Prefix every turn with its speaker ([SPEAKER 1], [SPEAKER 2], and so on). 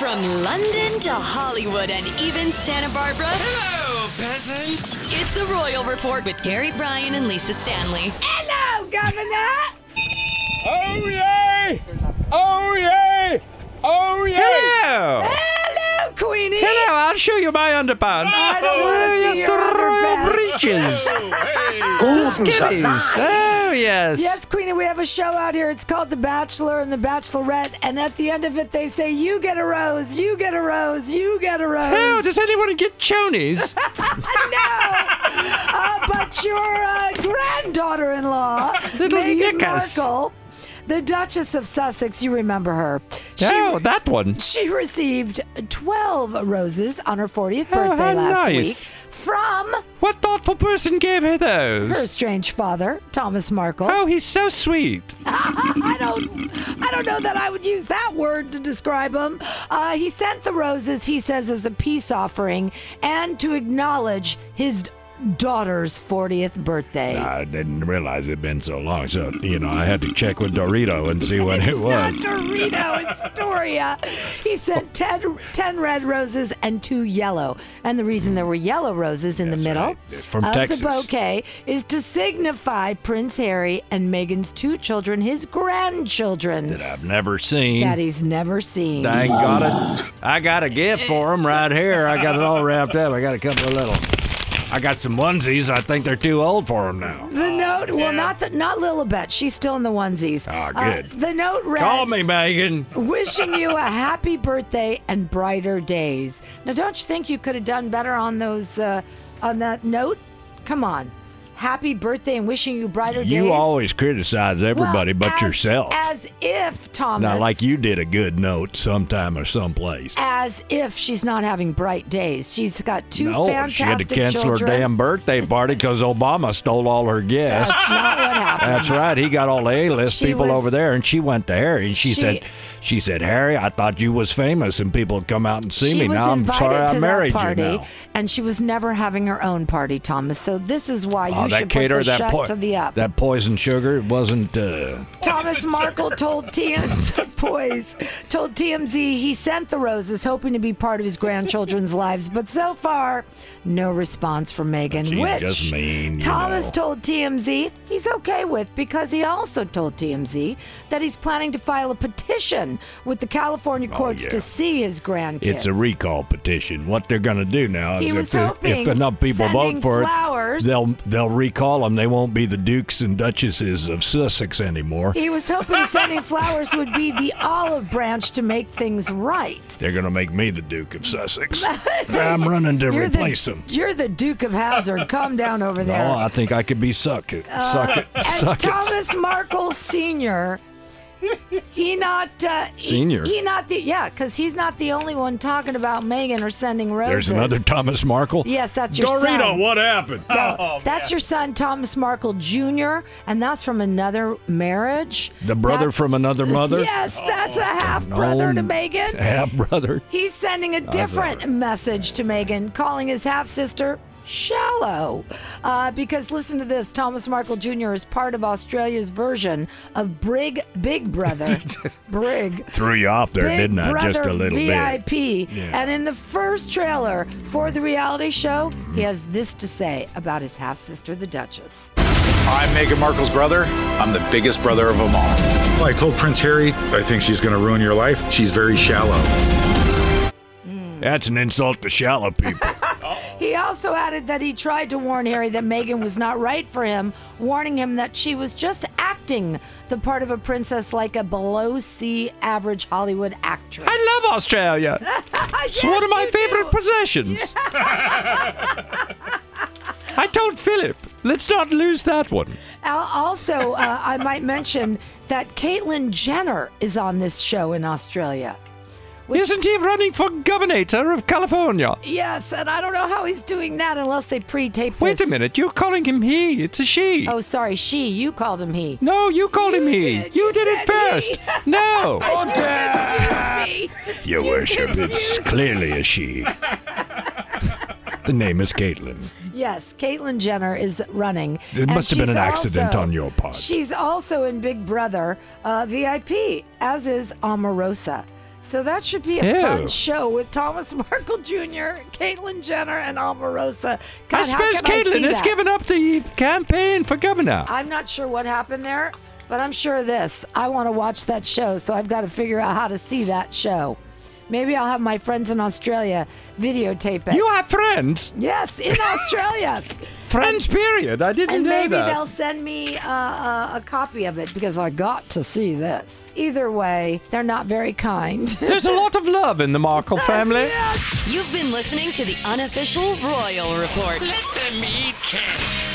[SPEAKER 1] From London to Hollywood and even Santa Barbara.
[SPEAKER 2] Hello, peasants.
[SPEAKER 1] It's the Royal Report with Gary Bryan and Lisa Stanley.
[SPEAKER 3] Hello, Governor.
[SPEAKER 4] Oh yay! Oh yay! Oh yay!
[SPEAKER 2] Hello.
[SPEAKER 3] Hello, Queenie.
[SPEAKER 2] Hello. I'll show you my underpants.
[SPEAKER 3] I don't want to
[SPEAKER 2] Oh,
[SPEAKER 3] see
[SPEAKER 2] yes,
[SPEAKER 3] your
[SPEAKER 2] the royal
[SPEAKER 3] underpants.
[SPEAKER 2] breeches. the skivvies. Oh yes.
[SPEAKER 3] Yes, Queenie, we have a show out here. It's called The Bachelor and The Bachelorette, and at the end of it, they say, "You get a rose. You get a rose. You get a rose."
[SPEAKER 2] Oh, does anyone get chonies?
[SPEAKER 3] Uh, but your uh, granddaughter-in-law,
[SPEAKER 2] Little
[SPEAKER 3] Meghan
[SPEAKER 2] knickers.
[SPEAKER 3] Markle, the Duchess of Sussex, you remember her. She,
[SPEAKER 2] oh, that one.
[SPEAKER 3] she received 12 roses on her 40th
[SPEAKER 2] Oh,
[SPEAKER 3] birthday
[SPEAKER 2] how
[SPEAKER 3] last
[SPEAKER 2] nice.
[SPEAKER 3] week from
[SPEAKER 2] What thoughtful person gave her those?
[SPEAKER 3] her strange father, Thomas Markle.
[SPEAKER 2] Oh, he's so sweet.
[SPEAKER 3] I don't, I don't know that I would use that word to describe him. Uh, he sent the roses, he says, as a peace offering and to acknowledge his daughter's 40th birthday.
[SPEAKER 4] I didn't realize it'd been so long, so you know I had to check with Dorito and see what it
[SPEAKER 3] it's not
[SPEAKER 4] was.
[SPEAKER 3] Dorito, it's Doria. He sent 10, 10 red roses and two yellow. And the reason there were yellow roses in the middle
[SPEAKER 4] right. From
[SPEAKER 3] of
[SPEAKER 4] Texas.
[SPEAKER 3] the bouquet is to signify Prince Harry and Meghan's two children, his grandchildren,
[SPEAKER 4] I've never seen.
[SPEAKER 3] that he's never seen.
[SPEAKER 2] I ain't got it. I got a gift for him right here. I got it all wrapped up. I got a couple of little.
[SPEAKER 4] I got some onesies. I think they're too old for them now.
[SPEAKER 3] The note, well, not the, not Lilibet. She's still in the onesies.
[SPEAKER 4] Ah,
[SPEAKER 3] Uh,
[SPEAKER 4] good.
[SPEAKER 3] the note read,
[SPEAKER 4] Call me, Megan.
[SPEAKER 3] wishing you a happy birthday and brighter days. Now, don't you think you could have done better on those uh, on that note? Come on, happy birthday and wishing you brighter days.
[SPEAKER 4] You always criticize
[SPEAKER 3] Well,
[SPEAKER 4] everybody but
[SPEAKER 3] as-
[SPEAKER 4] yourself.
[SPEAKER 3] As if Thomas.
[SPEAKER 4] Not like you did a good note sometime or someplace.
[SPEAKER 3] As if she's not having bright days. She's got two
[SPEAKER 4] No,
[SPEAKER 3] fantastic
[SPEAKER 4] she had to cancel
[SPEAKER 3] children.
[SPEAKER 4] her damn birthday party because Obama stole all her guests.
[SPEAKER 3] That's not what happened.
[SPEAKER 4] That's right. He got all the A-list
[SPEAKER 3] She
[SPEAKER 4] people
[SPEAKER 3] was-
[SPEAKER 4] over there, and she went to Harry, and she,
[SPEAKER 3] She-
[SPEAKER 4] said, "She said, Harry, I thought you was famous, and people would come out and see
[SPEAKER 3] she
[SPEAKER 4] me.
[SPEAKER 3] was
[SPEAKER 4] Now I'm
[SPEAKER 3] invited
[SPEAKER 4] sorry
[SPEAKER 3] to
[SPEAKER 4] I
[SPEAKER 3] that
[SPEAKER 4] married
[SPEAKER 3] party,
[SPEAKER 4] you now."
[SPEAKER 3] and she was never having her own party, Thomas. So this is why
[SPEAKER 4] Oh,
[SPEAKER 3] you
[SPEAKER 4] that
[SPEAKER 3] should
[SPEAKER 4] cater,
[SPEAKER 3] put the
[SPEAKER 4] that
[SPEAKER 3] shut
[SPEAKER 4] po-
[SPEAKER 3] to the up.
[SPEAKER 4] that poison sugar, it wasn't. Uh,
[SPEAKER 3] Thomas Markle told TMZ, boys, told TMZ he sent the roses, hoping to be part of his grandchildren's lives, but so far, no response from Megan.
[SPEAKER 4] She's
[SPEAKER 3] which
[SPEAKER 4] just mean, you
[SPEAKER 3] Thomas
[SPEAKER 4] know.
[SPEAKER 3] told TMZ he's okay with because he also told TMZ that he's planning to file a petition with the California courts
[SPEAKER 4] Oh, yeah.
[SPEAKER 3] to see his grandkids.
[SPEAKER 4] it's a recall petition. What they're going to do now
[SPEAKER 3] He
[SPEAKER 4] is
[SPEAKER 3] was
[SPEAKER 4] if,
[SPEAKER 3] hoping
[SPEAKER 4] if enough people vote
[SPEAKER 3] sending
[SPEAKER 4] for
[SPEAKER 3] flowers-
[SPEAKER 4] it, they'll they'll recall them. They won't be the dukes and duchesses of Sussex anymore.
[SPEAKER 3] He was hoping sending flowers would be the olive branch to make things right.
[SPEAKER 4] They're going to make me the Duke of Sussex. I'm running to replace
[SPEAKER 3] the,
[SPEAKER 4] them.
[SPEAKER 3] You're the Duke of Hazard. Come down over there.
[SPEAKER 4] No, I think I could be suck it, suck
[SPEAKER 3] Uh,
[SPEAKER 4] it,
[SPEAKER 3] and
[SPEAKER 4] suck it.
[SPEAKER 3] Thomas Markle Senior. He not uh, he-
[SPEAKER 4] Senior?
[SPEAKER 3] He, not the yeah, because he's not the only one talking about Megan or sending roses.
[SPEAKER 4] There's another Thomas Markle.
[SPEAKER 3] Yes, that's your
[SPEAKER 4] Dorito,
[SPEAKER 3] son.
[SPEAKER 4] what happened?
[SPEAKER 3] No, that's your son, Thomas Markle Jr., and that's from another marriage.
[SPEAKER 4] The brother
[SPEAKER 3] That's-
[SPEAKER 4] from another mother?
[SPEAKER 3] Yes, that's a half brother to
[SPEAKER 4] No.
[SPEAKER 3] Megan.
[SPEAKER 4] Half brother.
[SPEAKER 3] He's sending a different message to Megan, calling his half sister shallow. Uh, because listen to this Thomas Markle Jr. is part of Australia's version of Brig Big Brother. Brig.
[SPEAKER 4] Threw you off there,
[SPEAKER 3] Big
[SPEAKER 4] didn't I?
[SPEAKER 3] Brother
[SPEAKER 4] Just a little bit.
[SPEAKER 3] VIP. And in the first trailer for the reality show,
[SPEAKER 4] Hmm.
[SPEAKER 3] he has this to say about his half sister, the Duchess.
[SPEAKER 5] I'm Meghan Markle's brother. I'm the biggest brother of them all. I told Prince Harry, I think she's going to ruin your life. She's very shallow.
[SPEAKER 4] That's an insult to shallow people.
[SPEAKER 3] He also added that he tried to warn Harry that Meghan was not right for him, warning him that she was just acting the part of a princess like a below sea average Hollywood actress.
[SPEAKER 2] I love Australia. It's one of my favorite possessions. I told Philip, let's not lose that one.
[SPEAKER 3] Al- Also, uh, I might mention that Caitlyn Jenner is on this show in Australia.
[SPEAKER 2] Isn't he running for governor of California?
[SPEAKER 3] Yes, and I don't know how he's doing that unless they pre-tape.
[SPEAKER 2] Wait
[SPEAKER 3] this.
[SPEAKER 2] a minute, you're calling him he. It's a she.
[SPEAKER 3] Oh, sorry, she. You called him he.
[SPEAKER 2] No, you called him he.
[SPEAKER 3] did.
[SPEAKER 2] You
[SPEAKER 3] You
[SPEAKER 2] did it
[SPEAKER 3] said
[SPEAKER 2] first.
[SPEAKER 3] he. Oh,
[SPEAKER 2] no.
[SPEAKER 3] Excuse me.
[SPEAKER 4] Your worship, it's clearly a she. The name is Caitlin.
[SPEAKER 3] Yes, Caitlyn Jenner is running.
[SPEAKER 4] It must have been
[SPEAKER 3] she's
[SPEAKER 4] an accident
[SPEAKER 3] also-
[SPEAKER 4] on your part.
[SPEAKER 3] She's also in Big Brother uh, VIP, as is Omarosa. So that should be a
[SPEAKER 2] Ew.
[SPEAKER 3] fun show with Thomas Markle Jr., Caitlyn Jenner, and Omarosa.
[SPEAKER 2] I
[SPEAKER 3] God, how
[SPEAKER 2] suppose
[SPEAKER 3] can I see
[SPEAKER 2] Caitlin has
[SPEAKER 3] that? Oh.
[SPEAKER 2] given up the campaign for governor.
[SPEAKER 3] I'm not sure what happened there, but I'm sure of this. I want to watch that show, so I've got to figure out how to see that show. Maybe I'll have my friends in Australia videotape it.
[SPEAKER 2] you have friends.
[SPEAKER 3] yes, in Australia.
[SPEAKER 2] Friends, period. I didn't
[SPEAKER 3] And
[SPEAKER 2] know
[SPEAKER 3] maybe
[SPEAKER 2] that.
[SPEAKER 3] they'll send me uh, uh, a copy of it because I got to see this. Either way, they're not very kind.
[SPEAKER 2] There's a lot of love in the Markle family.
[SPEAKER 1] You've been listening to the unofficial Royal Report.
[SPEAKER 6] Let them eat cake.